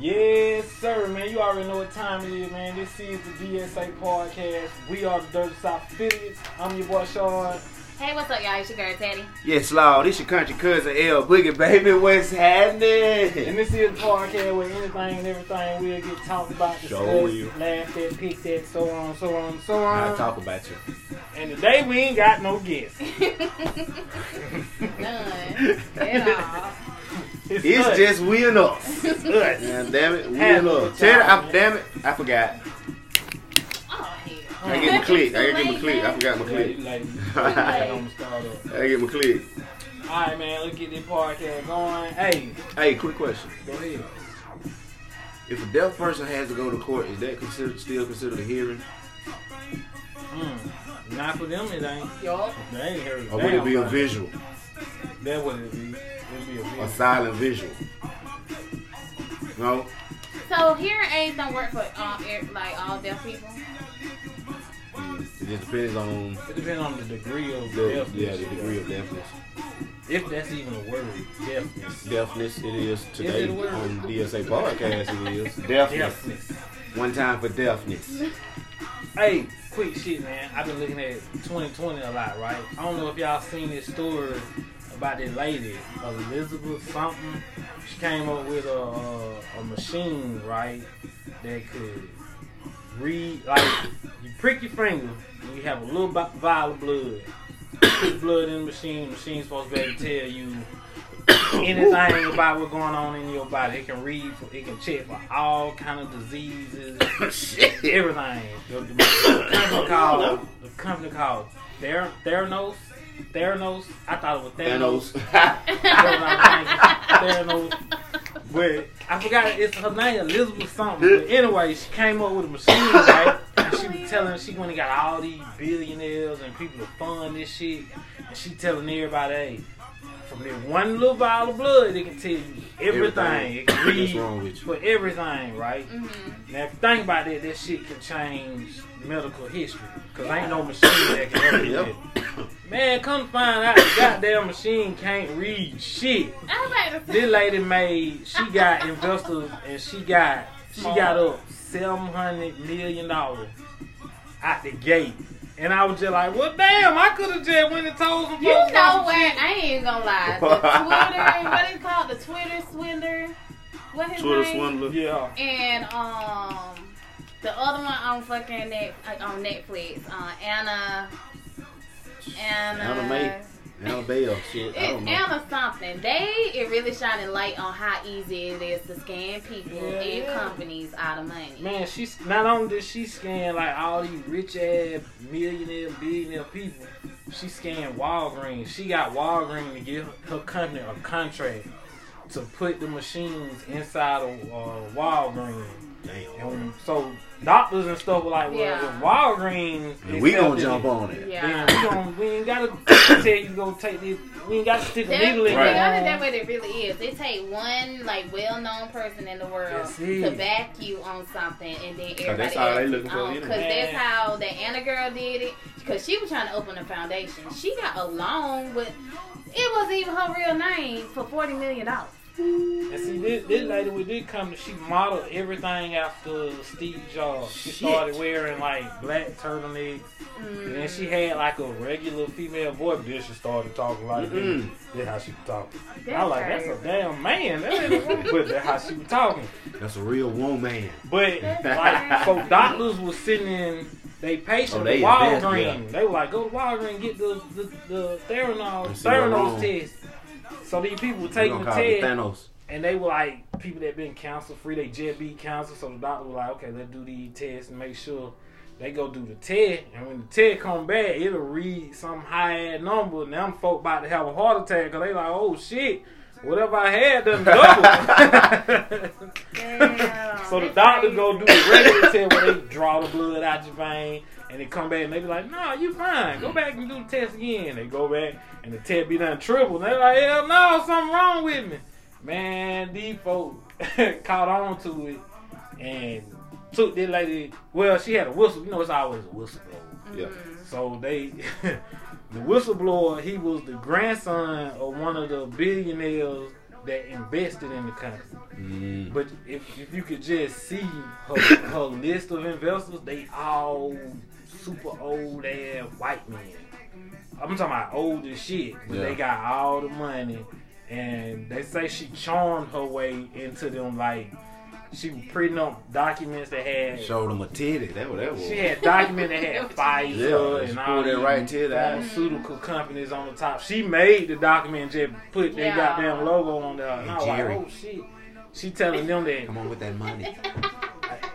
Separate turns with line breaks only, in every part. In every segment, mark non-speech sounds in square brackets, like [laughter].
Yes, sir, man. You already know what time it is, man. This is the DSA podcast. We are the Dirty South Affiliates. I'm your boy Sean.
Hey, what's up, y'all? It's your girl Teddy.
Yes, Lord, it's your country cousin L Boogie, baby. What's
And
happening?
this is the podcast where anything and everything will get talked about, discussed,
Sure will.
laughed at, picked at, so on, so on, so
I
on.
talk about you.
And today we ain't got no
[laughs]
guests.
None. At
It's,
It's
us.
just we and us.
It's us.
Yeah, damn it, we
Have
and
a
us.
good
Teddy,
time,
I,
man.
damn it, I forgot.
all. Oh, hell.
I get my click. I gotta get my click. I forgot my
Yeah,
click.
you
[laughs]
like, you like,
I
I'm gonna start up.
gotta get my click.
All right, man. Let's get this podcast going. Hey,
Hey, quick question:
go ahead.
If a deaf person has to go to court, is that considered still considered a hearing,
Mm. Not for them, it ain't.
Yup.
They ain't heard
or Oh, would it be a
video?
visual,
That would it be. It'd be a
a
video.
silent visual? No,
So hearing aids don't work for um, air, like all deaf people.
Mm, it just depends on
It depends on the degree of
the,
deafness.
yeah the degree of deafness.
If that's even a word, deafness.
Deafness it is today
it a word?
on DSA podcast. It [laughs] is deafness.
Deafness.
One time for deafness.
Hey, quick shit, man. I've been looking at 2020 a lot, right? I don't know if y'all seen this story about this lady, Elizabeth something. She came up with a, a, a machine, right, that could read, like, you prick your finger, and you have a little vi- vial of blood. Put blood in the machine, the machine's supposed to be able to tell you anything about what's going on in your body. It can read, for, it can check for all kind of diseases
Shit.
everything. The, the- the company called the company called Ther- Theranos. Theranos. I thought it was Theranos.
[laughs] Thanos.
That's what I'm thinking. Theranos.
Wait.
I forgot it's her name Elizabeth something. But anyway, she came up with a machine, right? And she was telling she went and got all these billionaires and people to fund this shit. And she telling everybody, hey, from that one little vial of blood, it can tell you everything. It can
What's
read
wrong with you?
for everything, right?
Mm-hmm.
Now, if you think about it, that shit can change medical history. Because ain't no machine that can help you
Yep.
with it. Man, come find out the goddamn machine can't read shit.
I was like,
This lady made, she got investors and she got, she got up $700 million out the gate. And I was just like, well, damn, I could have just went and told some
you
folks
know
about some
where
shit.
I ain't gonna lie. The Twitter,
[laughs]
what is called the Twitter swindler. What his
Twitter
name?
swindler.
Yeah.
And um, the other one on fucking net like, on Netflix, uh, Anna. Anna.
Anna May. Anna Bell. Shit. I don't
It's
know.
Anna something. They it really shining light on how easy it is to scam people
Yeah,
and
yeah.
companies out of money.
Man, she's not only did she scan like all these rich ass millionaire, billionaire people, she scanned Walgreens. She got Walgreens to give her company a contract to put the machines inside of uh, Walgreens.
Damn.
And so doctors and stuff were like, well,
Yeah.
if Walgreens,
And we gonna
accepted
jump
it,
on it.
Then
Yeah.
we, gonna, we ain't gotta [coughs] tell you go take this. We ain't gotta stick a
That,
needle in
right.
Right.
your
That way it really is. It take one like well-known person in the world
That's it.
to back you on something, and then everybody
Oh, that's all
else
they
is
looking for
on.
anyway.
Cause that's
Man.
how the Anna girl did it. Cause she was trying to open a foundation. She got a loan with it wasn't even her real name for forty million dollars.
[laughs] And see, this, this lady with this company, she modeled everything after Steve Jobs. She started wearing like black turtlenecks, and then
Mm.
she had like a regular female voice. But then she started talking like this.
Mm-mm.
That's how she was talking.
That's
I was like, that's a damn man. That ain't a
[laughs]
woman, but that's how she was talking.
That's a real woman.
But like, so doctors were sending They patient
Oh,
to
they
Walgreens.
advanced,
They were like, go to Walgreens get the the, the Theranos,
And see what
Theranos
wrong.
test. So these people were
We
taking
gonna
the
call it
test,
Thanos.
and they were like people that been cancer free. They just be cancer, so the doctor was like, okay, let's do these tests and make sure they go do the test. And when the test come back, it'll read some high ass number. Now them folk about to have a heart attack because they like, oh shit, whatever I had done double. [laughs]
Damn,
so the
that's
doctor
crazy.
go do the regular test where they draw the blood out your vein. And they come back and they be like, no, you fine. Go back and do the test again. They go back and the test be done triple. And they like, hell no, something wrong with me. Man, these folk [laughs] caught on to it and took this lady. Well, she had a whistle. You know, it's always a whistleblower.
Yeah.
So they, [laughs] the whistleblower, he was the grandson of one of the billionaires that invested in the company.
Mm.
But if, if you could just see her, her list of investors, they all super old ass white men. I'm talking about old as shit, but
Yeah.
they got all the money, and they say she charmed her way into them. Like she was printing up documents that had
Showed him a titty. That what that was.
she had document that had Pfizer
Yeah, she
and all
pulled that
these
right to the ass.
pharmaceutical companies on the top. She made the document and just put their
Yeah.
goddamn logo on there. And
Hey,
I was like,
Jerry.
oh shit. She telling them that.
Come on with that money.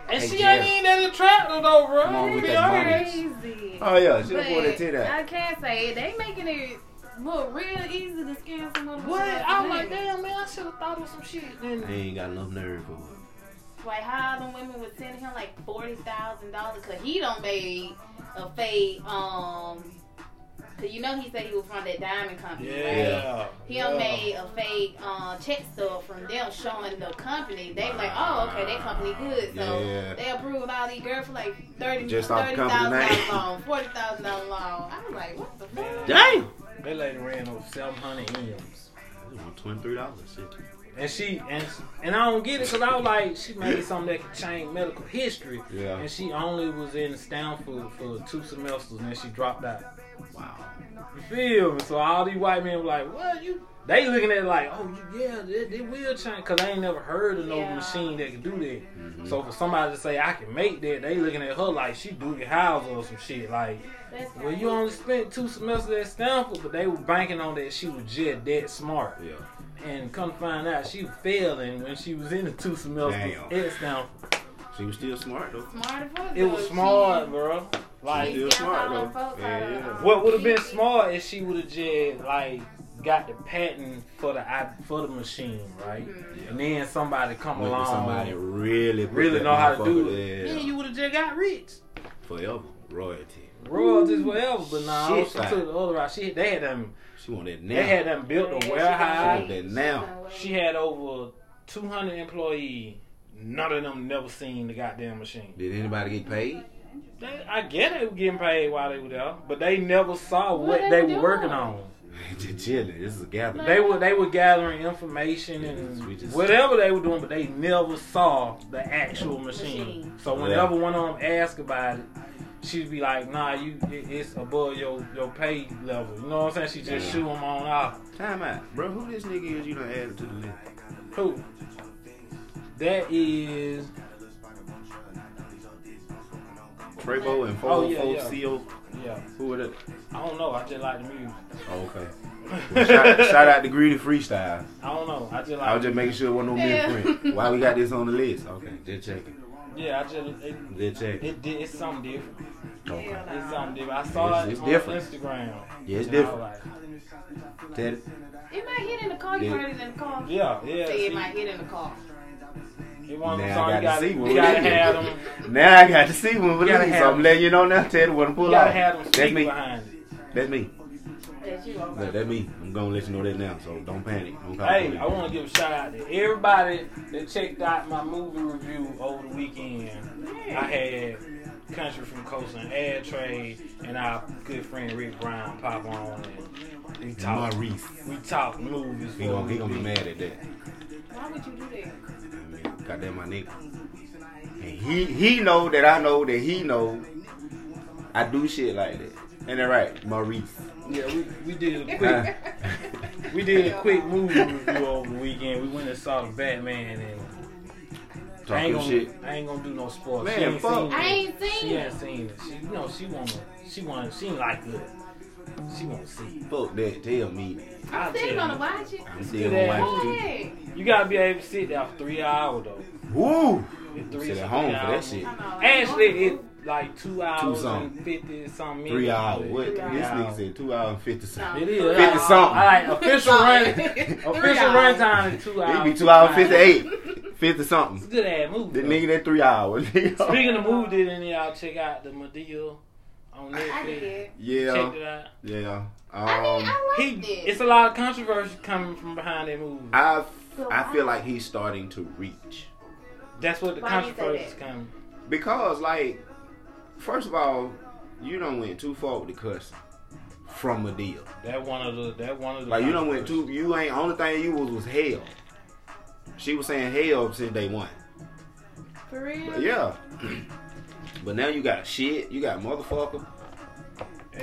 And
Hey,
she
Jerry.
ain't even that attractive though, bro.
Come on with
Be
that money.
honest.
Crazy.
Oh yeah, she
But
done pulled that titty
I
out.
can't say it. They making it look real easy to scam some motherfuckers.
What? I was like,
that.
damn man, I should have thought of some shit.
I
Then
ain't got enough nerve for it.
Like how the women would send him like forty thousand dollars because he don't made a fake um. Cause you know he said he was from that diamond company, right?
yeah,
He done made a fake uh, check stub from them showing the company. They like, oh, okay, that company good. So
Yeah.
they approved all these girls for like thirty
Just off
thirty
company
thousand dollars
name.
loan, forty thousand dollars loan. I was like, what the fuck?
Damn.
That lady ran over seven hundred m's.
Twenty three dollars. Shit.
And she and and I don't get it because I was like, she made something that could change medical history.
Yeah.
And she only was in Stanford for two semesters, and then she dropped out.
Wow.
You feel me? So all these white men were like, "What you?" They looking at it like, "Oh, you, yeah, they, they will change," because they ain't never heard of no
Yeah.
machine that can do that.
Mhm.
So for somebody to say I can make that, they looking at her like she do your house or some shit. Like,
That's
well, you only spent two semesters at Stanford, but they were banking on that she was just that smart.
Yeah.
And come find out, she was failing when she was in the two semesters
Damn.
at Stanford.
She was still smart though.
smart as fuck,
It was
though.
smart, bro. Like,
She was smart, though. Yeah, yeah.
What would have been smart if she would have just like got the patent for the i- for the machine, right?
Mhm.
And then somebody come
Look at
along,
somebody really, put
really
that
know how to do
motherfucker-
it.
Yeah.
Then you would have just got rich.
Forever royalty.
Royalties, whatever. But nah,
Shit,
she
fine.
took the other route. She they had them
She want that now.
they had them built a warehouse.
that now.
She had over two hundred employees. None of them never seen the goddamn machine.
Did anybody get paid? [laughs]
They, I get they were getting paid while they were there, but they never saw what,
What
they
they
were
doing?
working on.
Just chilling. This is a gathering.
They were they were gathering information and
We just-
whatever they were doing, but they never saw the actual machine.
Machine.
So whenever one of them asked about it, she'd be like, "Nah, you it, it's above your your pay level." You know what I'm saying? She just
Yeah.
shoot them on off.
Time out, bro. Who this nigga is? You done added to the list.
Who? That is.
Trevo and 404
Oh, yeah, yeah.
CO.
Yeah,
Who are that?
I don't know. I just like the music.
okay. shout, shout out to Greedy Freestyle.
[laughs] I don't know. I just
I
like.
was just making sure it wasn't no
Yeah.
misprint. Why we got this on the list? Okay, just checking.
yeah, I just it,
Just checking.
it, did it's something different.
Okay. Yeah,
It's something different. I saw
It's- it's
it on
different.
Instagram.
it's
And I was
different.
like,
Ted,
It might hit in the car. You
Yeah.
heard it in the car.
yeah, yeah.
Say it
see?
might hit in the car.
It wasn't
Now I
song. You
gotta
gotta,
see what
you
we
gotta
did.
have them.
now I got to see one with
You gotta
these,
have-
so I'm letting you know now, Ted, what I'm
You
pull
gotta
out.
have them
That's
speak
me.
behind it.
That's me.
That you
Look, that's me. I'm gonna let you know that now, so don't panic. Don't call
Hey,
police.
I want to give a shout out to everybody that checked out my movie review over the weekend. I had Country from Coast and Air Trade, and our good friend Rick Brown pop on. And we talk.
Maurice.
We talk movies.
He
for
gonna,
a
he gonna be
week.
mad at that.
Why would you do that?
I mean, goddamn my nigga. And he he know that I know that he know I do shit like that. Ain't that right, Maurice?
[laughs] Yeah, we, we did
[laughs]
a
Huh?
quick we did a quick movie review over the weekend. We went and saw the Batman, and I ain't
Talking
gonna
shit.
I ain't gonna do no spoilers.
Man,
She ain't
fuck.
seen it.
I ain't
She
seen it.
ain't seen it. She, you know, she want she want she ain't like good. She want to see. it.
Fuck that. Tell me. that.
I'll
I'm still
tell
gonna
you.
watch it.
I'm
Good
still gonna
ass.
Go
watch you.
ahead.
You gotta be able to sit there for three hours though.
Woo!
It three
Sit
three
at home for that
hours.
shit.
I know.
Actually, it like two hours
something.
and fifty something. minutes.
Three hours. What? This
Three
nigga
hours.
said two hours and fifty something.
It is
50 something.
All right, official run.
[laughs]
Official run
hours.
time is two hours.
It be two hours
fifty
fifty
eight.
eight. Fifty
It's
something.
a good ass movie.
The
though.
nigga that three hours. [laughs]
Speaking of movie, did any of y'all check out the Medea on Netflix?
I did.
yeah.
Check it out.
Yeah.
I mean,
Um
I
He,
liked it.
it's a lot of controversy coming from behind that movie.
I I feel like he's starting to reach.
That's what the
Why do you say
controversy is
that?
coming.
Because, like, first of all, you don't went too far with the cussing. from Medea.
That one of the that one of the
Like you don't went to you ain't only thing you was was hell. She was saying hell since day one.
For real?
But yeah. [clears throat] but now you got shit. You got motherfucker.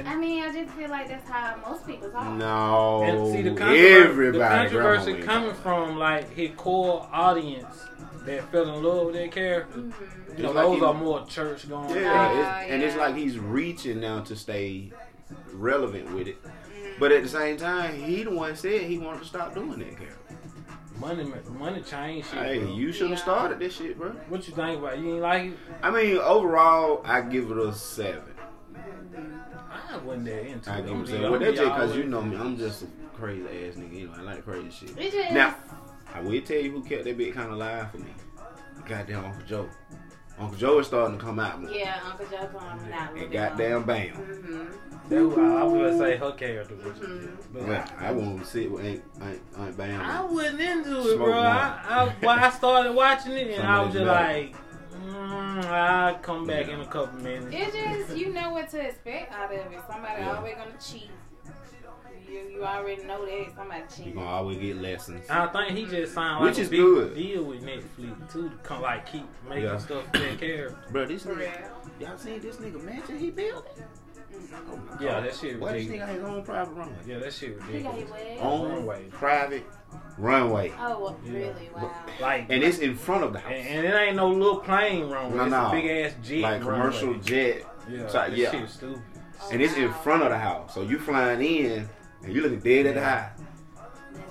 I mean, I just feel like that's how most people talk.
No.
And see the, controver-
everybody.
the controversy
grandma
coming
went.
from like his core audience that fell in love with that character.
Mhm.
You know,
It's like
those
he-
are more church going.
Yeah,
Yeah,
it's- and it's
yeah.
like he's reaching now to stay relevant with it. But at the same time, he the one said he wanted to stop doing that, Carol.
money, ma- money change shit.
Hey,
bro.
you should have
Yeah.
started this shit, bro.
What you think about? it? You ain't like it?
I mean, overall, I give it a seven.
I wasn't that into it.
I give it
I'm
a
be-
seven. Well,
I'm
that's
be
just because
all
you
in.
know me. I'm just a crazy ass nigga. You know, I like crazy shit.
It just,
Now, I will tell you who kept that bit kind of alive for me. Goddamn Uncle Joe. Uncle Joe is starting to come out more.
yeah, Uncle Joe calling him out.
And goddamn bam.
Mm-hmm.
That was- I was gonna say her character was.
Mhm.
But
Man, I want to sit with Aunt, Aunt, Aunt Bam.
I wasn't into it,
Smoke
bro.
one.
I, I, well, I started watching it and I was just
Somebody's
like, mm, I'll come back in a couple minutes.
It just you know what to expect out of it. Somebody
Yeah.
always gonna cheat. You you already know that somebody
You're
cheat.
going to always get lessons.
[laughs] I think he just signed like
Which
a
is
big
good.
deal with Netflix too to come like keep making
Yeah.
stuff for that character.
Bro, this
For real.
nigga, y'all seen this nigga mansion he built?
Mhm.
Oh my
Yeah,
God.
that shit
Why this
ridiculous.
nigga ain't on private runway?
Yeah, that shit
He got
ridiculous.
his way. Oh,
On
Runway.
private runway.
well,
Yeah.
really? Wow.
Like
And it's in front of the house.
and, and it ain't no little plane wrong.
No,
it's
no.
a big ass jet.
like commercial
runway.
jet.
Yeah,
So,
that
yeah.
shit was stupid.
Oh,
And it's in
wow.
front of the house. So you flying in and you looking dead at the
Yeah.
eye.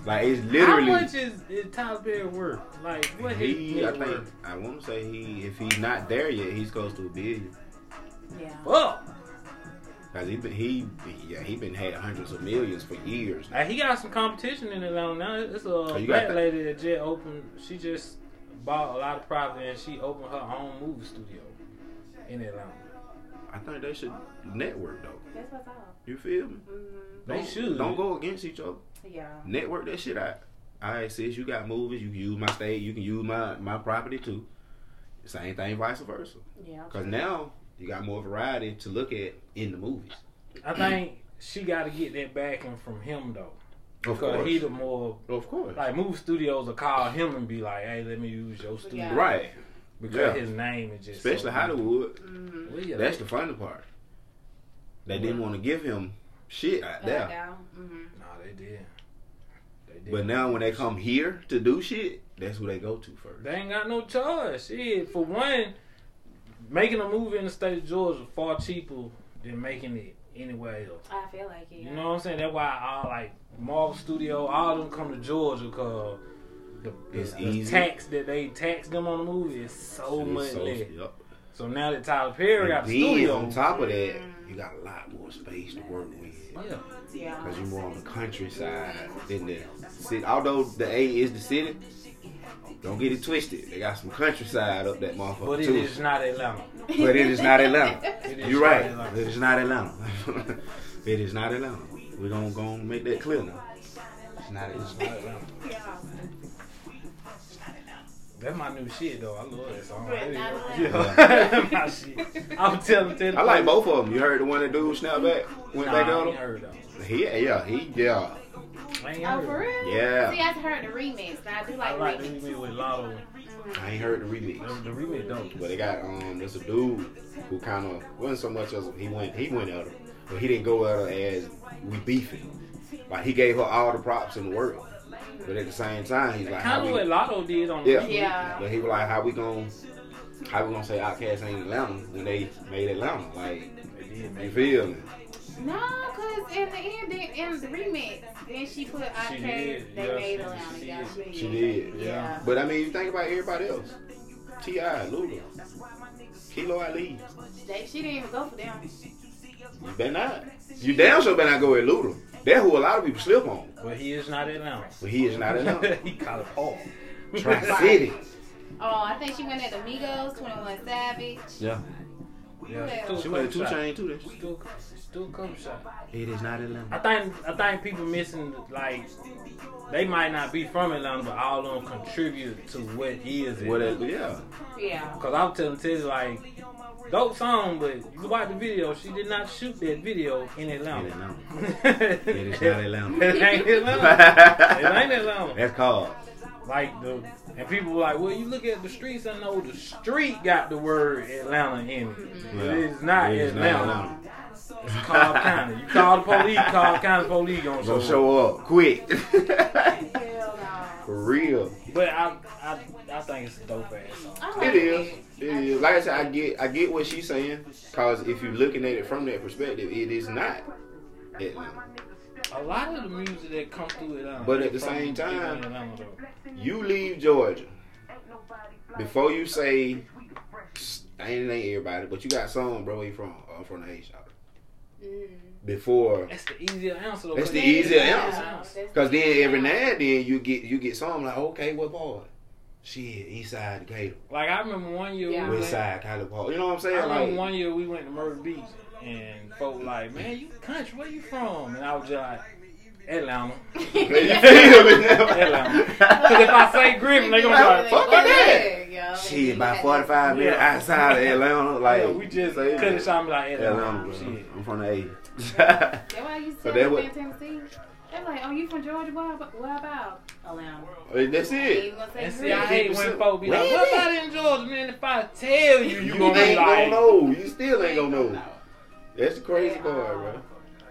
Like it's
How
literally
much is, is Tyler Perry worth? Like what his
he
net
I think
worth?
I wanna say he if he's not there yet, he's close to a billion.
Yeah.
Fuck.
Cause he been he yeah, he been had hundreds of millions for years now.
Like, he got some competition in Atlanta now. It's a
Oh, you got
black
that-
lady that just opened. She just bought a lot of property and she opened her own movie studio in Atlanta.
I think they should network though.
That's what's up.
You feel me?
Mhm.
They
Don't-
should.
Don't go against each other.
Yeah.
network that shit out. All right, sis, you got movies, you can use my stage, you can use my my property too. Same thing, vice versa.
Yeah.
Cause now you got more variety to look at in the movies.
I think she got to get that backing from him though, because
Of course,
he the more
of course,
like movie studios will call him and be like, "Hey, let me use your studio,"
Yeah.
right?
because
Yeah.
his name is just
Especially
so-
Hollywood.
Mm-hmm.
Well, yeah,
That's the funny part. They didn't want to give him shit out there,
Mm-hmm.
no, they did. They did.
but now when they come here to do shit, that's who they go to first.
They ain't got no choice. Shit, for one, making a movie in the state of Georgia far cheaper than making it anywhere else.
I feel like it.
You know what I'm saying? That's why all like Marvel Studio, all them come to Georgia because the,
It's
the
easy.
tax that they tax them on the movie is so
It's
much
so-
less.
yup.
So now that Tyler Perry got
And
the
then
studio,
on top of that, you got a lot more space to work with.
yeah,
Yeah.
Cause you more on the countryside than the city. Although the A is the city, don't get it twisted. They got some countryside up that motherfucker
but it
too.
is not Atlanta.
But it is
[laughs]
not Atlanta.
[laughs] It is
You're
not
right.
Atlanta.
It is not Atlanta. [laughs] it is not Atlanta. We're gonna go and make that clear now. It's not
It's
Atlanta.
not Atlanta.
Yeah.
That's my new shit though. I love that song.
But not
Yeah,
Atlanta.
that's [laughs] my shit. I'm telling you.
I like both of them. You heard the one that dude snapped back, went
Nah,
back
I
on
ain't
him.
heard though.
He, yeah, he, yeah,
I ain't
Oh,
heard
for
them.
real? See,
yeah.
I've heard the remix. and I do
I
like,
like the
remix.
remix with Lotto.
I ain't heard the remix.
The, the remix dope.
But they got um there's a dude who kind of wasn't so much as he went he went at her, but he didn't go at her as we beefing. Like he gave her all the props in the world, but at the same time he's like, how
Kind of what
we,
Lotto did on the
Yeah.
remix.
Yeah.
but he was like, how we gonna how we gonna say Outkast ain't Atlanta when they made Atlanta? Like
They did
you
make
feel me?
No, cause in the end, they- in the remix, then she put I
She
Care.
did,
They
yeah,
made
she-
a line.
she
Yeah,
did.
She did,
yeah.
But I mean, you think about everybody else. Ti, Luda, Kilo Ali.
They, she didn't even go for them.
You better not. You damn sure better not go with Luda. That's who a lot of people slip on.
But he is not Atlanta.
But he
[laughs]
is not Atlanta.
he called it Paul.
Tri City.
Oh, I think she went at Amigos, Twenty One Savage.
Yeah.
[laughs] Yeah, still
She went
a
two
couple shot.
chain too.
Still, still a couple shot.
It is not
I
Atlanta.
think, I think people missing like they might not be from Atlanta, but all of them contribute to what is it.
What? Yeah.
Yeah.
Cause I'm telling Teddy like Dope song, but you watch the video. She did not shoot that video in Atlanta.
In
[laughs] it
Atlanta. is not [laughs] Atlanta.
it ain't Atlanta. it ain't Atlanta.
That's called.
Like the and people were like, well, you look at the streets. I know the street got the word Atlanta in it. But
Yeah.
it's not
It is not
Atlanta.
Atlanta.
It's
[laughs]
Cobb County. You call the police, Cobb County police gonna show,
So
up.
show up quick.
Hell no.
[laughs] For real.
But I, I, I think it's a dope ass song.
I like
It is. It is. Like I said, I get I get what she's saying. Cause if you're looking at it from that perspective, it is not Atlanta.
A lot of the music that comes through Atlanta.
But at
is
the
from
same time-
Atlanta, though.
You leave Georgia. Before you say "S- I ain't ain't everybody, but you got some, bro, where you from? Oh, I'm from the A shop.
Mm.
Before
That's the easier answer. Though,
That's the
cause-
easier
Yeah,
answer.
that's-
Cause then every
[laughs]
now [laughs] and then you get you get some like, okay, what part? Shit, east side Decatur.
Like I remember one year.
Yeah.
We
West
went, I
side Kyler Park. You know what I'm saying?
remember
Like
one year we went to Murder Beach and folk like, man, you country, where you from? And I was just like, Atlanta.
you feel me now?
Atlanta. Because if I say Griffin, they gonna be like,
fuck that.
Yeah,
Shit, about 45 minutes
Yeah.
outside of Atlanta.
[laughs]
Like,
yeah, we just
say
cut it
that.
shot and be like
Atlanta,
Atlanta.
bro.
Shit.
I'm from
[laughs]
the A.
That's why you
So
said
that
in
what-
Tennessee. They're like, oh, you from Georgia? Where, ab- where about? Atlanta.
That's it.
You gonna say
And see, I
Griffin.
hate when folk be like,
Really?
what about in Georgia, man? If I tell you, you,
You,
gonna be
ain't
like,
gonna know. You still ain't gonna know. That's the crazy part, bro.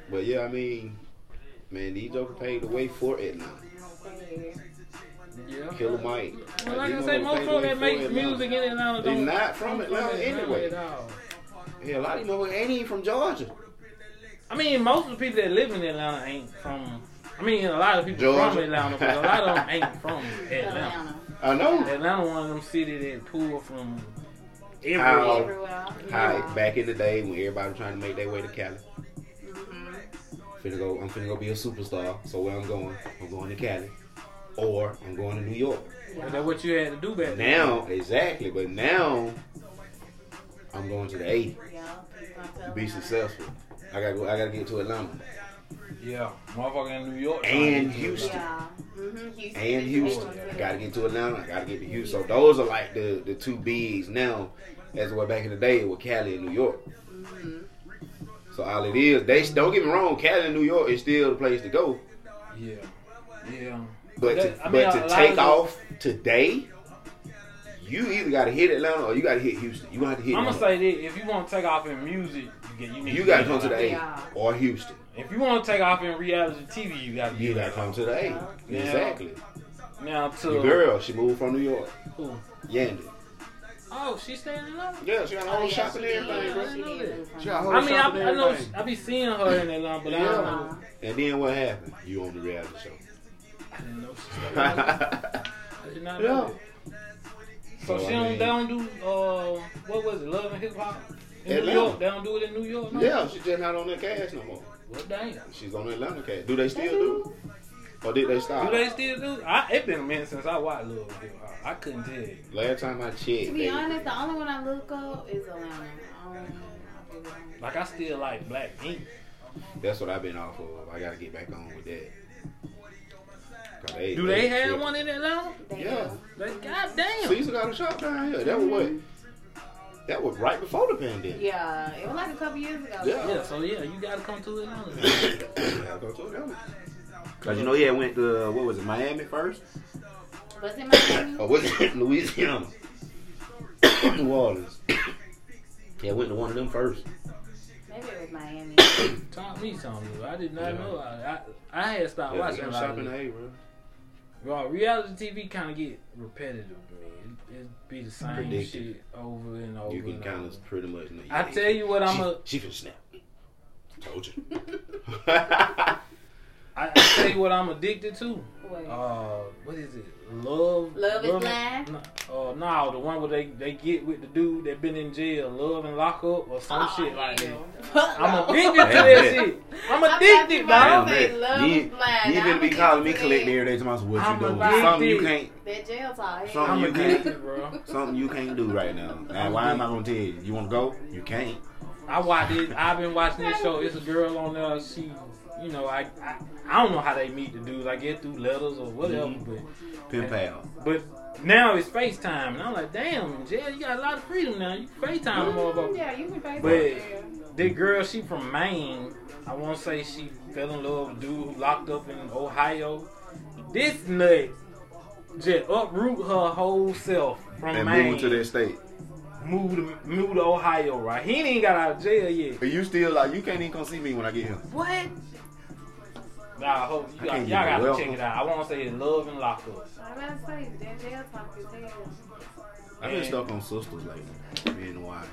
But yeah, I mean, man, these jokers paved the way for Atlanta.
yeah.
Killer Mike.
Well, like I
these
say,
motherfuckers
most
paved the
folk
way
that
for
makes
Atlanta.
music in Atlanta
They
don't
not from
don't
Atlanta anyway.
at all.
Yeah, a lot of these motherfuckers ain't even from Georgia.
I mean, most of the people that live in Atlanta ain't from. I mean, a lot of people from
Georgia.
Atlanta, but a lot of them ain't
[laughs]
from Atlanta.
Atlanta.
I know.
Atlanta, one of them cities that pull from
How-
everywhere.
Everywhere.
Hi, back in the day when everybody was trying to make their way to Cali.
Mhm.
Finna go, I'm finna go be a superstar. So where I'm going, I'm going to Cali, or I'm going to New York.
Is that what you had to do back then?
Now, exactly, but now I'm going to the A
Yeah.
to be successful. I gotta go. I gotta get to Atlanta
Yeah, motherfucker in New York.
and Houston.
Yeah. Mm-hmm. Houston.
And Houston, I gotta get to Atlanta. I gotta get to Houston. So those are like the the two bigs now. As what back in the day with Cali and New York.
Mhm.
So all it is, they don't get me wrong. Cali and New York is still the place to go.
Yeah, yeah.
But
That-
to,
I mean,
but
a
to
lot of
take
the-
off today, you either got to hit Atlanta or you got to hit Houston. You gonna have to hit.
I'm gonna
Atlanta.
say this: if you want to take off in music, you, get, you need
you
to
got to
be
come to the A
Yeah.
or Houston.
If you want to take off in reality TV, you got to
You got to come to the A.
Yeah.
Exactly.
Now to
The girl, she moved from New York.
Who?
Yandy.
Oh, she's staying in Atlanta.
Yeah, she got her
Oh,
own
yeah,
shop and
she did.
everything, bro.
did.
She did move from-
She got her-
I mean, I,
shopping
I know
everything.
I be seeing her in Atlanta, but I don't know.
Uh-huh.
And then what happened? You on the reality
I didn't know she
[laughs]
was like that.
show.
I did not
yeah.
know that. So
So,
she
I
don't,
mean-
they don't do, uh, what was it, Love and Hip Hop? In New
Atlanta.
York, they don't do it in New York? No?
[laughs] Yeah, she just not on that cash no more.
Well, damn. Do
She's on the Atlanta cash. Do they still do? Or did they stop?
they still do? it? I, it been a minute since I watched Love and Hip Hop. I couldn't tell you.
Last time I checked.
To
they-
be honest, the only one I look up is Atlanta. I don't- I really don't.
Like, I still like Black Ink.
That's what I've been off of. I gotta get back on with that. 'Cause
Do they have one in Atlanta?
They
Yeah.
do.
They, God damn.
Caesar got a shop down here. That was what? That was right before the [coughs] pandemic.
Yeah, it was like a couple years ago.
Yeah.
yeah, so yeah, you gotta come to Atlanta.
Cause you know, yeah, I went to uh, what was it, Miami first,
Was it Miami?
or was it Oh, [coughs] Louisiana, [coughs] New Orleans? yeah, I went to one of them first.
Maybe it
[laughs]
was Miami.
Taught me something. new. I did not
Yeah.
know. I, I, I had stopped
Yeah,
watching
they
a
got
lot of
shop in
this.
the A, bro.
Well, reality TV kind of get repetitive to me. It, it be the same
Predictive.
shit over and over.
You can
and
kind
over.
of pretty much. Know,
I
yeah,
tell you what, I'm a.
She, she finna snap. Told [laughs] you.
I, I tell you what, I'm addicted to.
Wait.
Uh, what is it? Love.
Love is Blind?
No, uh, no, the one where they they get with the dude that been in jail, love and lock up or some
Oh,
shit like that.
hell.
I'm
[laughs]
addicted
[laughs]
to that
Damn, man.
shit. I'm
I thought you
addicted,
might-
dog.
Damn,
They
man.
love
you
is blind.
you
Now,
finna
I'm
be calling me
addicted.
collecting every day. Tomorrow's what
I'm
you doing?
addicted.
Something you can't.
That jail time.
Some-
I'm
[laughs] You
I watch it. I've been watching this show. It's a girl on there. She, you know, I, I, I don't know how they meet the dudes. I get through letters or whatever,
Pen pal.
but, but now it's FaceTime, and I'm like, damn, Jay, you got a lot of freedom now. You can FaceTime a
Mm,
motherfucker.
yeah, you can face
But-
it.
The girl, she from Maine. I won't say she fell in love with a dude who locked up in Ohio. This nut just uproot her whole self from
And
Maine.
moving to that state.
Moved to, moved to Ohio, right? He ain't even got out of jail yet.
But you still like you can't even come see me when I get here.
What? Nah, I hope you got,
I
y'all
can't give
gotta
you welcome.
check it out. I won't say it's love and lockup.
I'm about to say, that jail talk is hell.
I've been
Man.
stuck on sisters lately. Me and why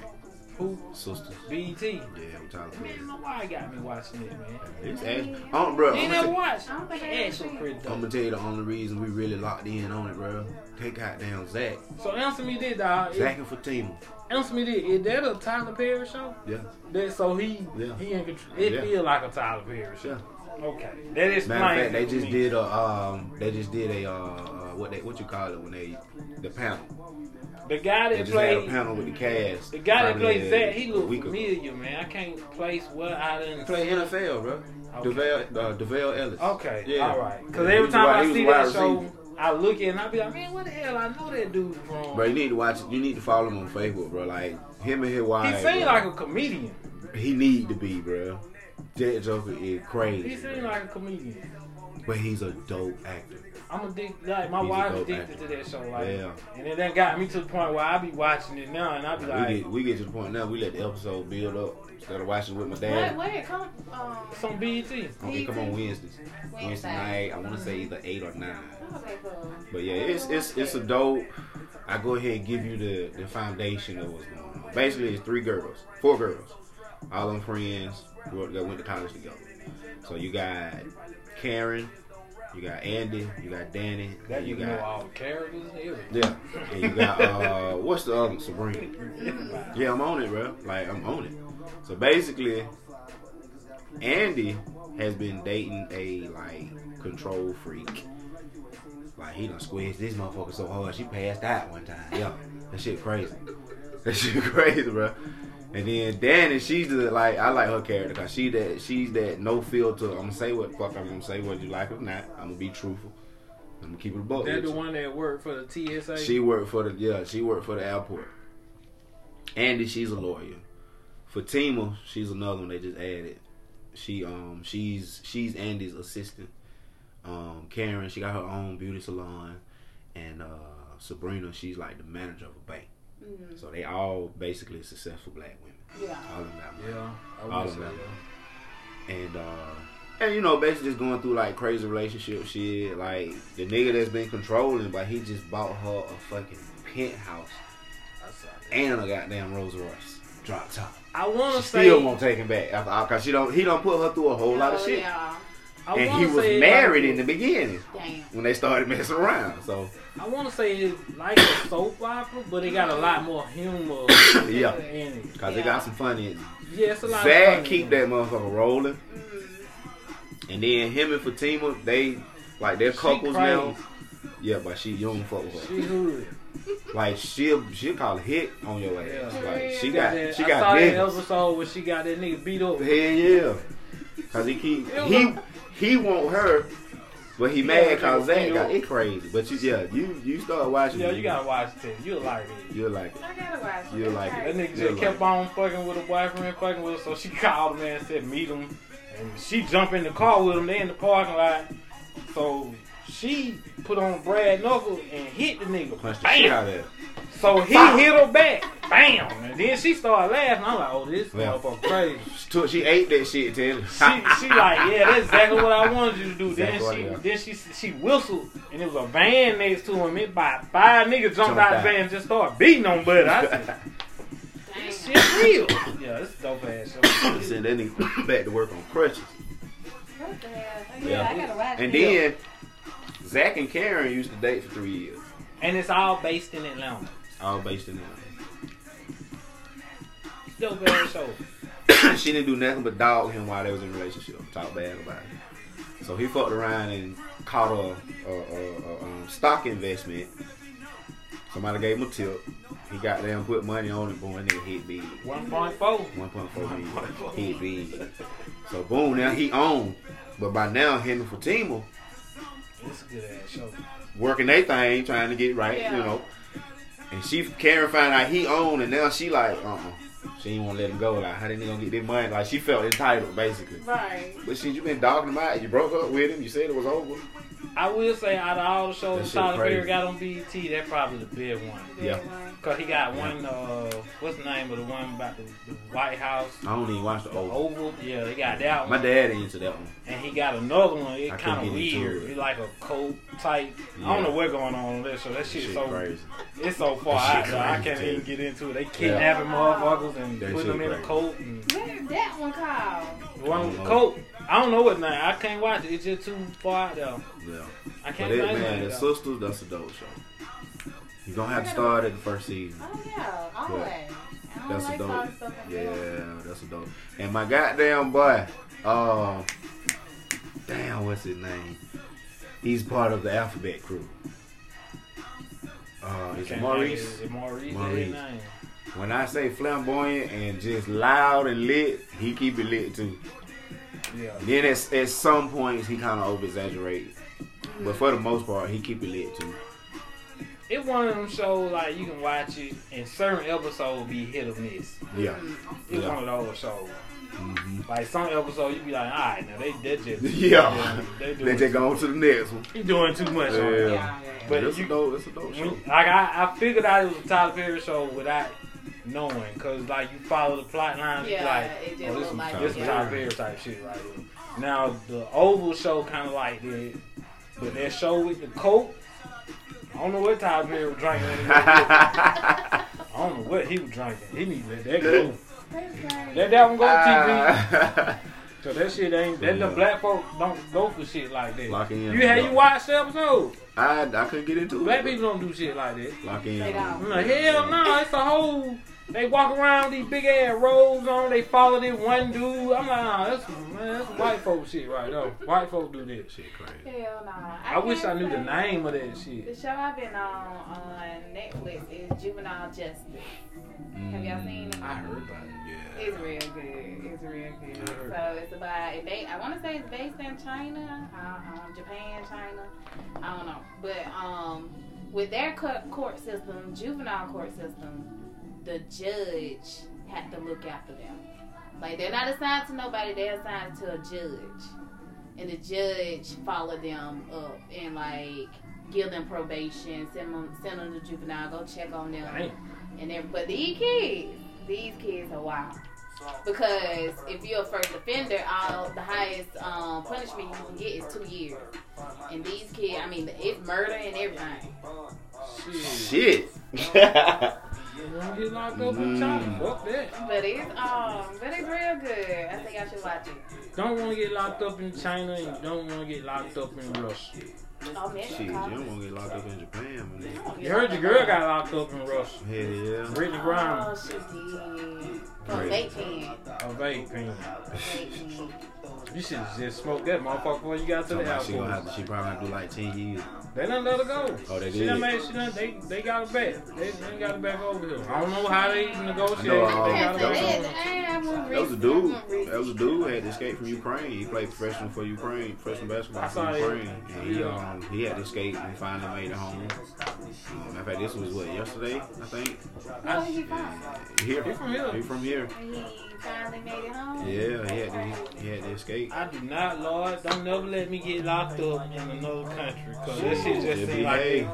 Who?
sisters.
BT.
Yeah, I'm tired of
Man,
it.
why got me watching it, man?
[laughs] It's ass. Um, bro,
You
I'm
ain't
gonna,
never
tell,
watched.
I don't think I
It's
ever
actually
seen
pretty
it.
I'm
dope.
gonna tell you the only reason we really locked in on it, bro. Take goddamn Zach,
So answer me this, dog.
Zach and Fatima.
Answer me this. Is that a Tyler Perry show?
Yeah,
That so he
Yeah.
he in control. It
Yeah.
feel like a Tyler Perry show.
sure.
Okay, that is
Matter of fact, they just did a um, they just did a uh, uh, what they what you call it when they the panel.
The guy
They
that
just had a
played
panel with the cast.
the guy that
probably
played
a
Zach, he
week
looked
ago.
familiar, man. I can't place what I
He
didn't
played NFL, bro.
Okay.
Devell, uh, Devell Ellis.
Okay,
Yeah.
all right. Because
Yeah, he
every
was wide-
time
he
I
was
see
wide
that show,
receiver.
I look at it and I be like, man, what the hell? I know that dude from.
Bro, you need to watch. You need to follow him on Facebook, bro. Like him and
he
his wife.
seemed
bro.
like a comedian.
he need to be, bro. Jet Joker is crazy,
He seemed
bro.
like a comedian.
but he's a dope actor.
I'm addicted. Like my
He's a
wife
dope
addicted
actor.
to that show. Like,
Yeah.
and it done got me to the point where I be watching it now and I be
we
like,
get we get to the point now. We let the episode build up instead of watching with my
Where,
dad.
where it come um,
it's on BET.
Okay, come on Wednesdays.
Wednesday.
Wednesday night. I want to say either eight or nine.
Okay, cool.
But yeah, it's it's it's a dope. I go ahead and give you the the foundation of what's going on. Basically, it's three girls, four girls, all them friends who- that went to college together. So you got Karen, you got Andy, you got Danny,
That
and you
you know
got
all the characters and everything.
yeah, and you got uh, what's the other Sabrina? Yeah, I'm on it, bro. Like I'm on it. So basically, Andy has been dating a like control freak. Like he done squeezed this motherfucker so hard she passed out one time. Yeah, that shit crazy. That shit [laughs] crazy, bro. And then Danny, she's the, like I like her character because she that she's that no filter. I'm gonna say what fuck I'm gonna say whether you like it or not. I'm gonna be truthful. I'm gonna keep it above.
That the one that worked for the TSA.
She worked for the yeah, she worked for the airport. Andy, she's a lawyer. Fatima, she's another one they just added. She um she's she's Andy's assistant. Um Karen, she got her own beauty salon and uh Sabrina, she's like the manager of a bank.
Mm,
So they all basically successful black women.
yeah.
All of them got money.
yeah, I
All
would
of
say
them.
that.
And uh and you know, basically just going through like crazy relationship shit. Like the nigga that's been controlling, but he just bought her a fucking penthouse
I saw that.
and a goddamn Rolls Royce drop top.
I want
She
to say,
still won't take him back after all, cause she don't. He don't put her through a whole lot of
Oh,
shit,
Yeah.
I
and
wanna
he was
say um, it
married
like-
in the beginning
Damn.
when they started messing around. So
I want to say it's like a soap opera, but it got a lot more humor
[coughs] yeah,
in it.
cause they got some fun in it.
Yeah, it's a lot. of
Zach
fun
keep
in
that
it.
motherfucker rolling,
Mm,
and then him and Fatima, they like they're
Mm-hmm. She
couples now.
crazy.
Yeah, but she young fuck with her.
She hood.
Like she'll she'll call a hit on your ass.
Yeah.
Like she
Yeah,
got
that-
she
I saw
got
that
business.
episode where she got that nigga beat up.
Hell yeah. Cause he keep
It was
he
a-
he want her, but he
Yeah,
mad
it
cause
was
Zach
real.
got it crazy. But you yeah, you you start watching.
Yeah,
it,
you gotta watch that. You'll like it.
You're like
I gotta watch it.
You'll like
That
Okay.
nigga
Yeah,
just kept on fucking with her boyfriend, fucking with her. So she called him and said, meet him. And she jumped in the car with him. They in the parking lot. So she put on Brad Knuckle and hit the nigga.
punch the shit
Bam!
out of it.
So he hit her back. Bam! And then she started laughing. I'm like, oh, this
Yeah.
motherfucker crazy.
She, took, she ate that shit, Taylor. [laughs]
She, she like, yeah, that's exactly what I wanted you to do.
Exactly what I
then
got.
she then she she whistled and it was a van next to him. It by five niggas jumped,
Jumped
out of
out.
the van and just started beating on Bud. I
[laughs]
said, This
Damn.
shit real. yeah, this dope ass show.
Send that nigga [coughs] back to work on crutches.
What the hell? Yeah,
Yeah.
I gotta watch
And
it.
then Zach and Karen used to date for three years,
And it's all based in Atlanta.
all based in Atlanta.
Dope ass show.
[coughs] she didn't do nothing but dog him while they was in a relationship, talk bad about him. So he fucked around and caught a, a, a, a, um, stock investment. Somebody gave him a tip. He got them put money on it, boy, and nigga hit big.
One point four.
1.4 million. Hit big. So boom, now he on. But by now, him and Fatima
It's a good ass show.
working their thing, trying to get right,
Yeah.
you know. And she Karen find out he owned, and now she like, uh, uh she ain't want to let him go. Like, how they gonna get their money? Like, she felt entitled, basically.
Right.
But shit, you been dogging him out. You broke up with him. You said it was over.
I will say out of all the
That
shows
shit
Tyler Perry
crazy.
got on BET, that probably the big one.
Yeah.
Cause he got one. Uh, what's the name of the one about the, the White House?
I don't even watch the
The
old.
Oval. Yeah, they got that
My
one.
dad ain't into that one.
And he got another one.
I
It
couldn't
kind of
get into
weird.
it.
It's like a cult type. I
Yeah.
don't know what's going on on that show. That shit,
Shit
so
crazy.
it's so far
That
out.
shit
though. I
crazy,
can't even
too.
get into it. They kidnapping motherfuckers and
That
putting
shit
them in a
crazy.
cult. And
Where's that one called?
One
don't know.
coat. I don't know what name. I can't watch it. It's just too far out though.
Yeah.
I can't
But it,
imagine
man,
it,
the
though.
sisters, that's a dope show. You gonna have to start at the first season.
Oh yeah, always. I don't
That's a
like
dope.
starting stuff in
Yeah,
the middle.
that's a dope. And my goddamn boy, uh, damn, what's his name? He's part of the Alphabet Crew. Uh, it's
Can't imagine
Maurice.
it. It's Maurice.
Maurice.
Maurice. Name.
When I say flamboyant and just loud and lit, he keep it lit too.
Yeah.
Then at, at some points he kind of over exaggerated, but for the most part he keep it lit too.
It one of them shows like you can watch it and certain episodes be hit or miss.
Yeah.
It's
Yeah.
one of those shows.
Mhm.
Like some episodes you be like, all right, now they they just
[laughs] Yeah.
they
They
doing,
just go on to the next one.
they doing too much. on it.
Yeah.
Yeah, yeah, yeah.
But
it's
you-
a dope, it's a dope
When,
show.
like I, I figured out it was a Tyler Perry show without knowing, cause like you follow the plot lines,
Yeah,
like
it just
oh, this
looked
some
like
this
it,
some
yeah.
Tyler Perry type shit right here. Now the Oval show kind of like that, but that show with the coke, I don't know what Tyler Perry was drinking. when he was with it. I don't know what he was drinking. He need to let that
[laughs]
go.
That's right.
Let that one [laughs] go, TV.
Ah.
So that shit ain't. That the black folk don't go for shit like that.
Lock in.
You had you watch the episode.
[laughs] I, I couldn't get into
Black
it.
people don't do shit like that.
Lock in.
They don't.
I'm like, hell no, it's a whole. They walk around with these big ass robes on. They follow this one dude. I'm like, nah, that's man, that's white folk shit right there. White folk do that shit.
Shit crazy.
Hell nah.
I, wish I
can't
knew the
say-
name of that
The
shit.
show I've been on on Netflix is Juvenile Justice. Have y'all seen it?
I heard about it.
Yeah.
It's real good. It's real good.
I heard.
So it's about and they. I want to say it's based in China, uh, um, Japan, China. I don't know, but um, with their court, court system, juvenile court system, the judge had to look after them. Like they're not assigned to nobody. They're assigned to a judge, and the judge follow them up and like give them probation, send them send them to juvenile, go check on them
Damn.
and then but these kids, these kids are wild. Because if you're a first offender, all the highest um, punishment you can get is two years. And these kids, I mean, it's murder and everything.
Shit.
[laughs]
Shit.
You wanna get locked up in
Mm.
China? Fuck that.
But it's um, but it's real good. I think I should watch it.
Don't want to get locked up in China and don't want to get locked up in Russia.
Oh man,
Shit, you don't want to get locked up in Japan, man.
You heard your girl got locked up in Russia.
Hell yeah.
Brittany Grimes,
Oh, she did.
Great.
From 18.
a vape pen.
18.
You should just smoke that motherfucker before you got to the
Somebody, she gonna
airport.
have to. She probably have to do like ten years.
They done let her go.
Oh, they
she
did?
Done made, she done, they, they got her back. They, they got her back over here. I don't know how they negotiated.
I know,
but
uh,
they got
That's
her
it.
back over
That's- I have one
That was a
reason.
dude.
I have one
That was a dude had escaped from Ukraine. He played professional for Ukraine, professional basketball
I saw
for
it.
Ukraine. And he um he had to escape and finally made it home. Um, matter of fact, this was what yesterday, I think.
No, Oh, he fine.
Ah,
Here,
He from here.
He from here.
He finally made it home.
Yeah, he had to, he had to escape.
I do not, Lord. Don't never let me get locked up in another country. Because this shit just
Just
seemed like
behave.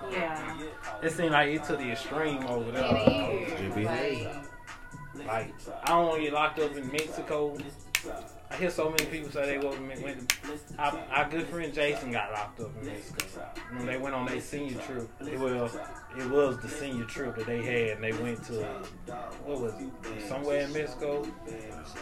it,
Yeah.
it seemed like it to the extreme over there.
It is.
Just be happy.
Like,
Like, I don't want to get locked up in Mexico. I hear so many people say they go to Mexico. Our, our good friend Jason got locked up in Mexico. When they went on their senior trip, it was, it was the senior trip that they had, and they went to, what was it, somewhere in Mexico?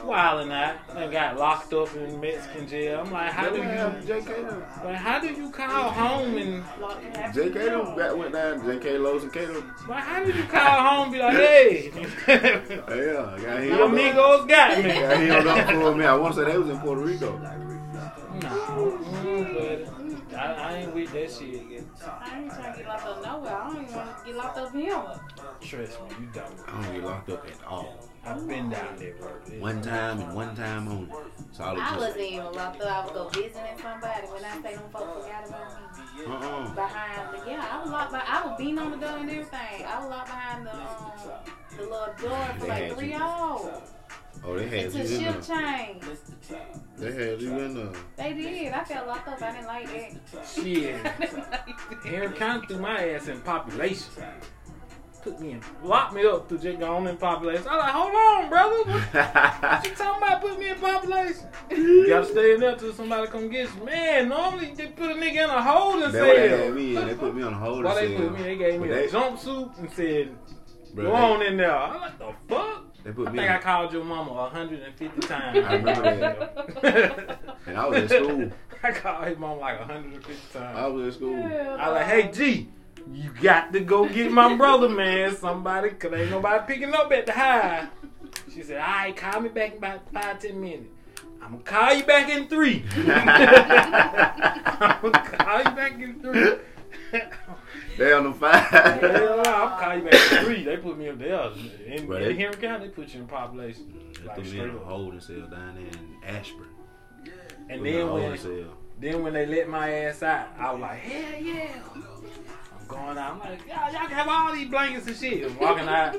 Wilding out, and got locked up in Mexican jail. I'm like, how do you,
JK done?
like, how do you call home and,
locked in that
JK done
room.
got went down. JK Lowe's and Kato.
like, how do you call home and be like, hey, [laughs]
Yeah, got healed up.
amigos got me.
Got healed up for a minute. I want said they was in Puerto Rico.
No, mm, but I, I ain't with that shit.
I ain't trying to get locked up nowhere. I don't even want to get locked up here.
Trust me, you don't.
I don't get locked up at all.
I've been down there, bro.
One time and one time only. So I
I
was
wasn't even locked up. I was go visiting somebody when I say them folks forgot about me.
just, uh-uh.
Behind the yeah, I was locked by I was beating on the door and everything. I was locked behind the um, the little door for
They
like
had
three
you.
hours.
Oh, they had
Until
you in
shift
there.
change.
They had you in there.
[laughs]
They did. I felt locked up. I didn't like that.
Shit.
I didn't like that.
Aaron County threw my ass in population. Put me in, locked me up to just go on in population. I like, hold on, brother. What you talking about? Put me in population. You gotta stay in there till somebody come get you. Man, normally they put a nigga in a holding
That's what they had
cell.
me in. They put me on hold.
Why they put me? They gave me
But
a
they-
jumpsuit and said,
Bro,
go
they-
on in there. I'm like, the fuck?
They
I
put me
think I
in.
called your mama 150 times.
I remember
that.
And I was at school.
[laughs] I called his mom like 150
I
times.
was at
[laughs]
school.
I was like, hey,
[laughs]
G, you got to go get my brother, man. Somebody, because ain't nobody picking up at the high. She said, all right, call me back in about five, ten minutes. I'm going to call you back in three. [laughs] I'm going to call you back in three.
They on the five.
Hell, I'll call you back in three. They put me up there. In,
Bro,
in
they-
Henry County, they put you in population.
They
Like,
put me
straight
in a
up.
holding cell down there in Ashburn.
And
Put me in
then
a holding
when,
cell.
[laughs] Then when they let my ass out, I was like, hell yeah. I'm going out. I'm like, y'all, y'all can have all these blankets and shit. I'm walking out,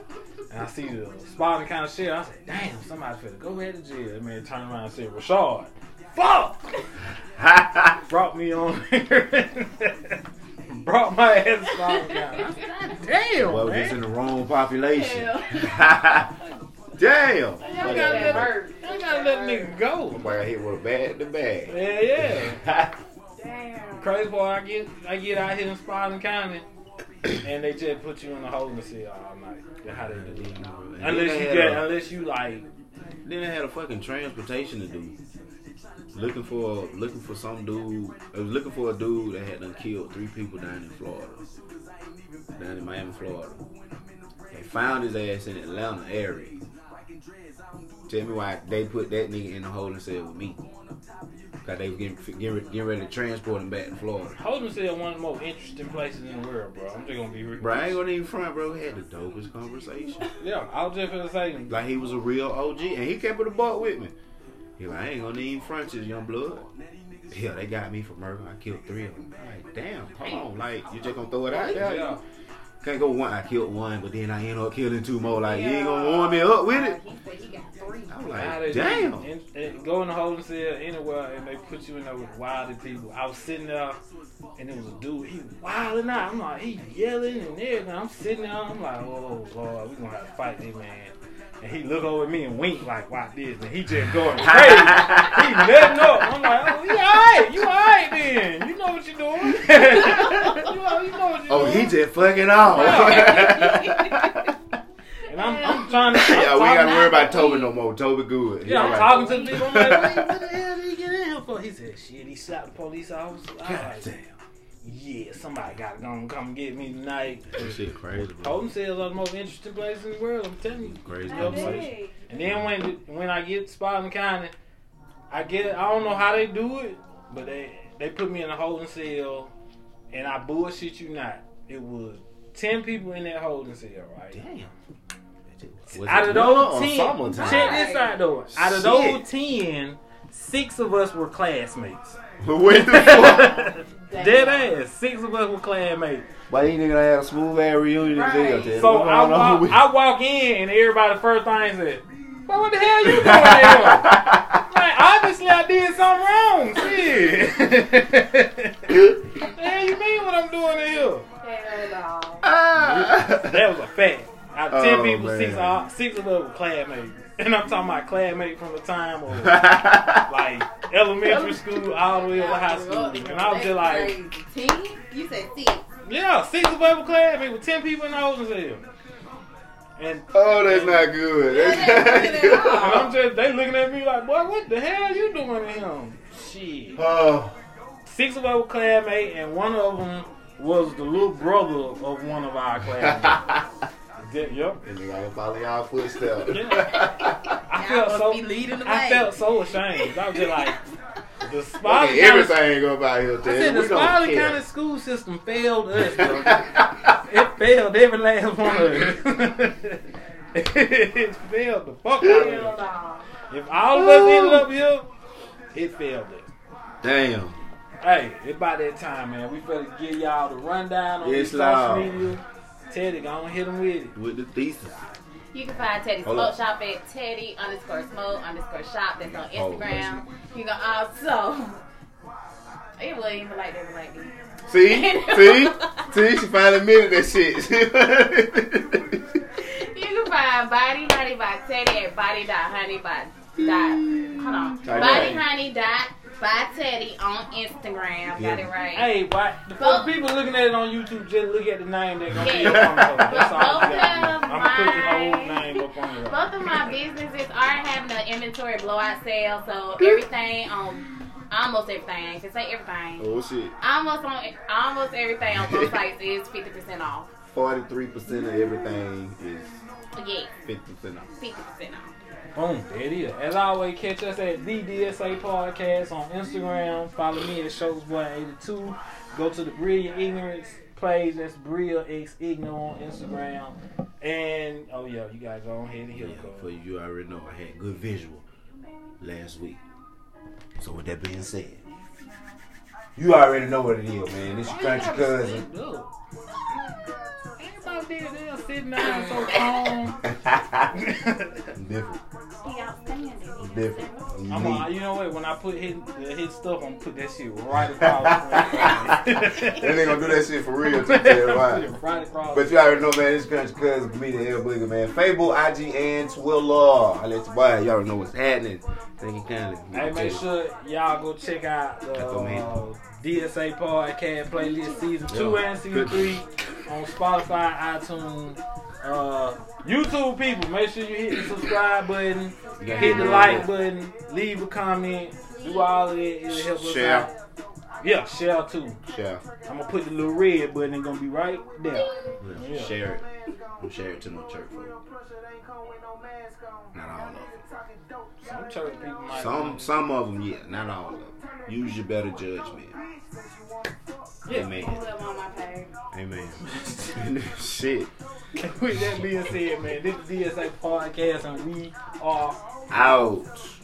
and I see the spotting kind of shit. I said, damn, somebody finna go ahead to jail. That man turned around and said, Rashard, fuck! Brought me on here. [laughs] Brought my ass to Spalding County. I said, "God Damn,
Well, it's in
man.
the wrong population.
Y'all
I
got
gotta let-
that
[laughs] Damn.
bird.
I gotta let nigga go.
Somebody got hit with a bat in the bag.
Yeah, yeah.
[laughs]
Damn.
Crazy boy, I get I get out here in Spalding County, and they just put you in a holding cell all night. That's how they do it. Unless you
had
get,
a-
unless you like,
Then they had a fucking transportation to do. Looking for looking for some dude. I was looking for a dude that had done killed three people down in Florida. Down in Miami, Florida. They found his ass in Atlanta area. Tell me why they put that nigga in the holding cell with me. Cause they was getting, getting, getting ready to transport him back to Florida.
holding cell one of the most interesting places in the world, bro. I'm just gonna be real.
Bro, I ain't gonna even front, bro. We had the dopest conversation.
Yeah, I was just gonna say,
Like he was a real OG, and he kept it a buck with me. He like, I ain't gonna need French's young blood. Yeah, they got me for murder. I killed three of them. Like, damn, hold on. Like, you just gonna throw it out there?
yeah,
Can't go one. I killed one, but then I end up killing two more. Like, you
Yeah.
ain't gonna warm me up with it?
He said he got three.
I was
how they
like,
do
damn.
it. And, and go in the holding cell anywhere, and they put you in there with wilded people. I was sitting there, and it was a dude. He was wilding out. I'm like, he yelling and everything. I'm sitting there. I'm like, oh lord, we gonna have to fight this man. And he look over at me and wink like, watch this. And he just going
[laughs]
crazy. He letting up. I'm like, oh, you all right. You all right then. You know what you're doing. [laughs] you, all- you know what you're
Oh,
doing.
he just fucking off. [laughs]
and I'm, I'm trying to. I'm
yeah, we ain't
talking,
gotta worry about Toby no more. Toby good. He
yeah,
all
I'm
right.
talking to people. I'm like, "Wait, what the hell did he get in here for? He said, shit, he shot the police officer. I
God
was
damn.
like, yeah, somebody got to come get me tonight.
That shit crazy, bro.
Holding cells are the most interesting place in the world. I'm telling you.
Crazy
I
conversation.
Hey.
And then when when I get spotted in county, I get I don't know how they do it, but they they put me in a holding cell, and I bullshit you not, it was ten people in that holding cell, right?
Damn. Was
out of
it winter
those
or
ten,
summertime?
check this out though. Out of
Shit.
those ten, six of us were classmates.
What the fuck? [laughs]
Dead ass, six of us were classmates.
Why these niggas had a smooth ass reunion
Right.
video tape?
So
What's
I
going on
walk,
with-
I walk in and everybody first thing said, "But what the hell you doing
[laughs]
there?" Like, obviously I did something wrong. Shit. the hell you mean what I'm doing in here?
Hell no.
Ah.
That was a fact. Out of ten
Oh,
people, six
man.
of, six of us were classmates. And I'm talking about classmate from the time of
[laughs]
like elementary school all the way up to high school. And I was just like,
Ten? You said six.
yeah, six of us were classmates with ten people in the holding cell. And
oh, that's not good.
Yeah,
That's not
that's not good
And
at
good.
I'm just, they looking at me like, boy, what the hell you doing to him? Shit.
[laughs] Oh,
Six of us were classmates, and one of them was the little brother of one of
[laughs]
our classmates. That- yep.
and you gotta follow y'all footsteps.
Yeah. I felt
must
so
be leading the
I
way.
felt so ashamed. I was just like
[laughs]
the
Look at
Smiley
everything
County,
go by here.
I said the
we don't
Smiley
care.
County school system failed us,
[laughs]
bro. it failed every last one of us. [laughs] it failed the fuck out of
Hell
us.
no.
If all of us ended up here, it failed us.
Damn.
Hey, it's about that time, man. We better give y'all the rundown on
Yes,
these social
Lord.
media. Teddy, go on hit him with it.
With the thesis.
You can find Teddy
Hold
Smoke
up.
Shop at Teddy underscore Smoke underscore Shop. That's on
Oh,
Instagram. you can also. [laughs] It wasn't even like that, but like this.
See? See? See? She finally admitted that shit. [laughs]
You can find Body Honey by Teddy at body dot honey by dot. Hold on.
Type
Body
it.
honey dot by Teddy on Instagram. Got it right.
Hey, why the
Both-
fuck people looking at it on YouTube just look at the name they're gonna be
Yeah.
up on the That's all
Both
I'm
of
I'm gonna put your whole
mine.
name up on there.
Both of my businesses are having an inventory blowout sale, so everything on almost everything. I can say everything.
oh, shit.
Almost on almost everything on both sites is fifty percent off.
43% of everything is
Yeah,
50% off.
fifty percent off.
Boom, there it is. As always, catch us at the DSA Podcast on Instagram. Follow me at Showsboy82. Go to the Brilliant Ignorance page. That's Brill X Igno on Instagram. And oh yeah, you gotta go ahead and hit
Yeah, for
yeah,
you already know I had good visual last week. So with that being said, you already know what it is, man. It's your country cousin.
Everybody there, they sitting down so calm.
[laughs] I'm different.
He outstanding.
I'm different. I'm
I'm
unique.
a, you know what? When I put his, uh, his stuff, I'm gonna put that shit right
[laughs]
across.
That nigga gonna do that shit for real. too,
[laughs]
tell you why.
right across.
But you already know, man. It's country cousin comedian L Booger, man. Fable, IG, and Twill I let you buy. it. You already know what's happening. Thank you kindly.
Hey, make sure y'all go check out the
That's what I mean.
uh, DSA Podcast playlist season two
Yeah.
and season three on Spotify, iTunes, uh, YouTube. People, make sure you hit the subscribe button,
Yeah.
hit the like button, leave a comment, do all of that. It'll help us
Share.
out. Yeah, share too.
Share,
I'm gonna put the little red button. It's gonna be right there. Yeah.
share it. Don't share it to no church folk. Not all of it.
Some church people might.
Some some of them, yeah, not all of them. Use your better judgment.
yeah.
Amen.
Put him on my page.
Amen. [laughs] Shit.
[laughs] With that being said, man, this is DSA Podcast, and we are.
Ouch.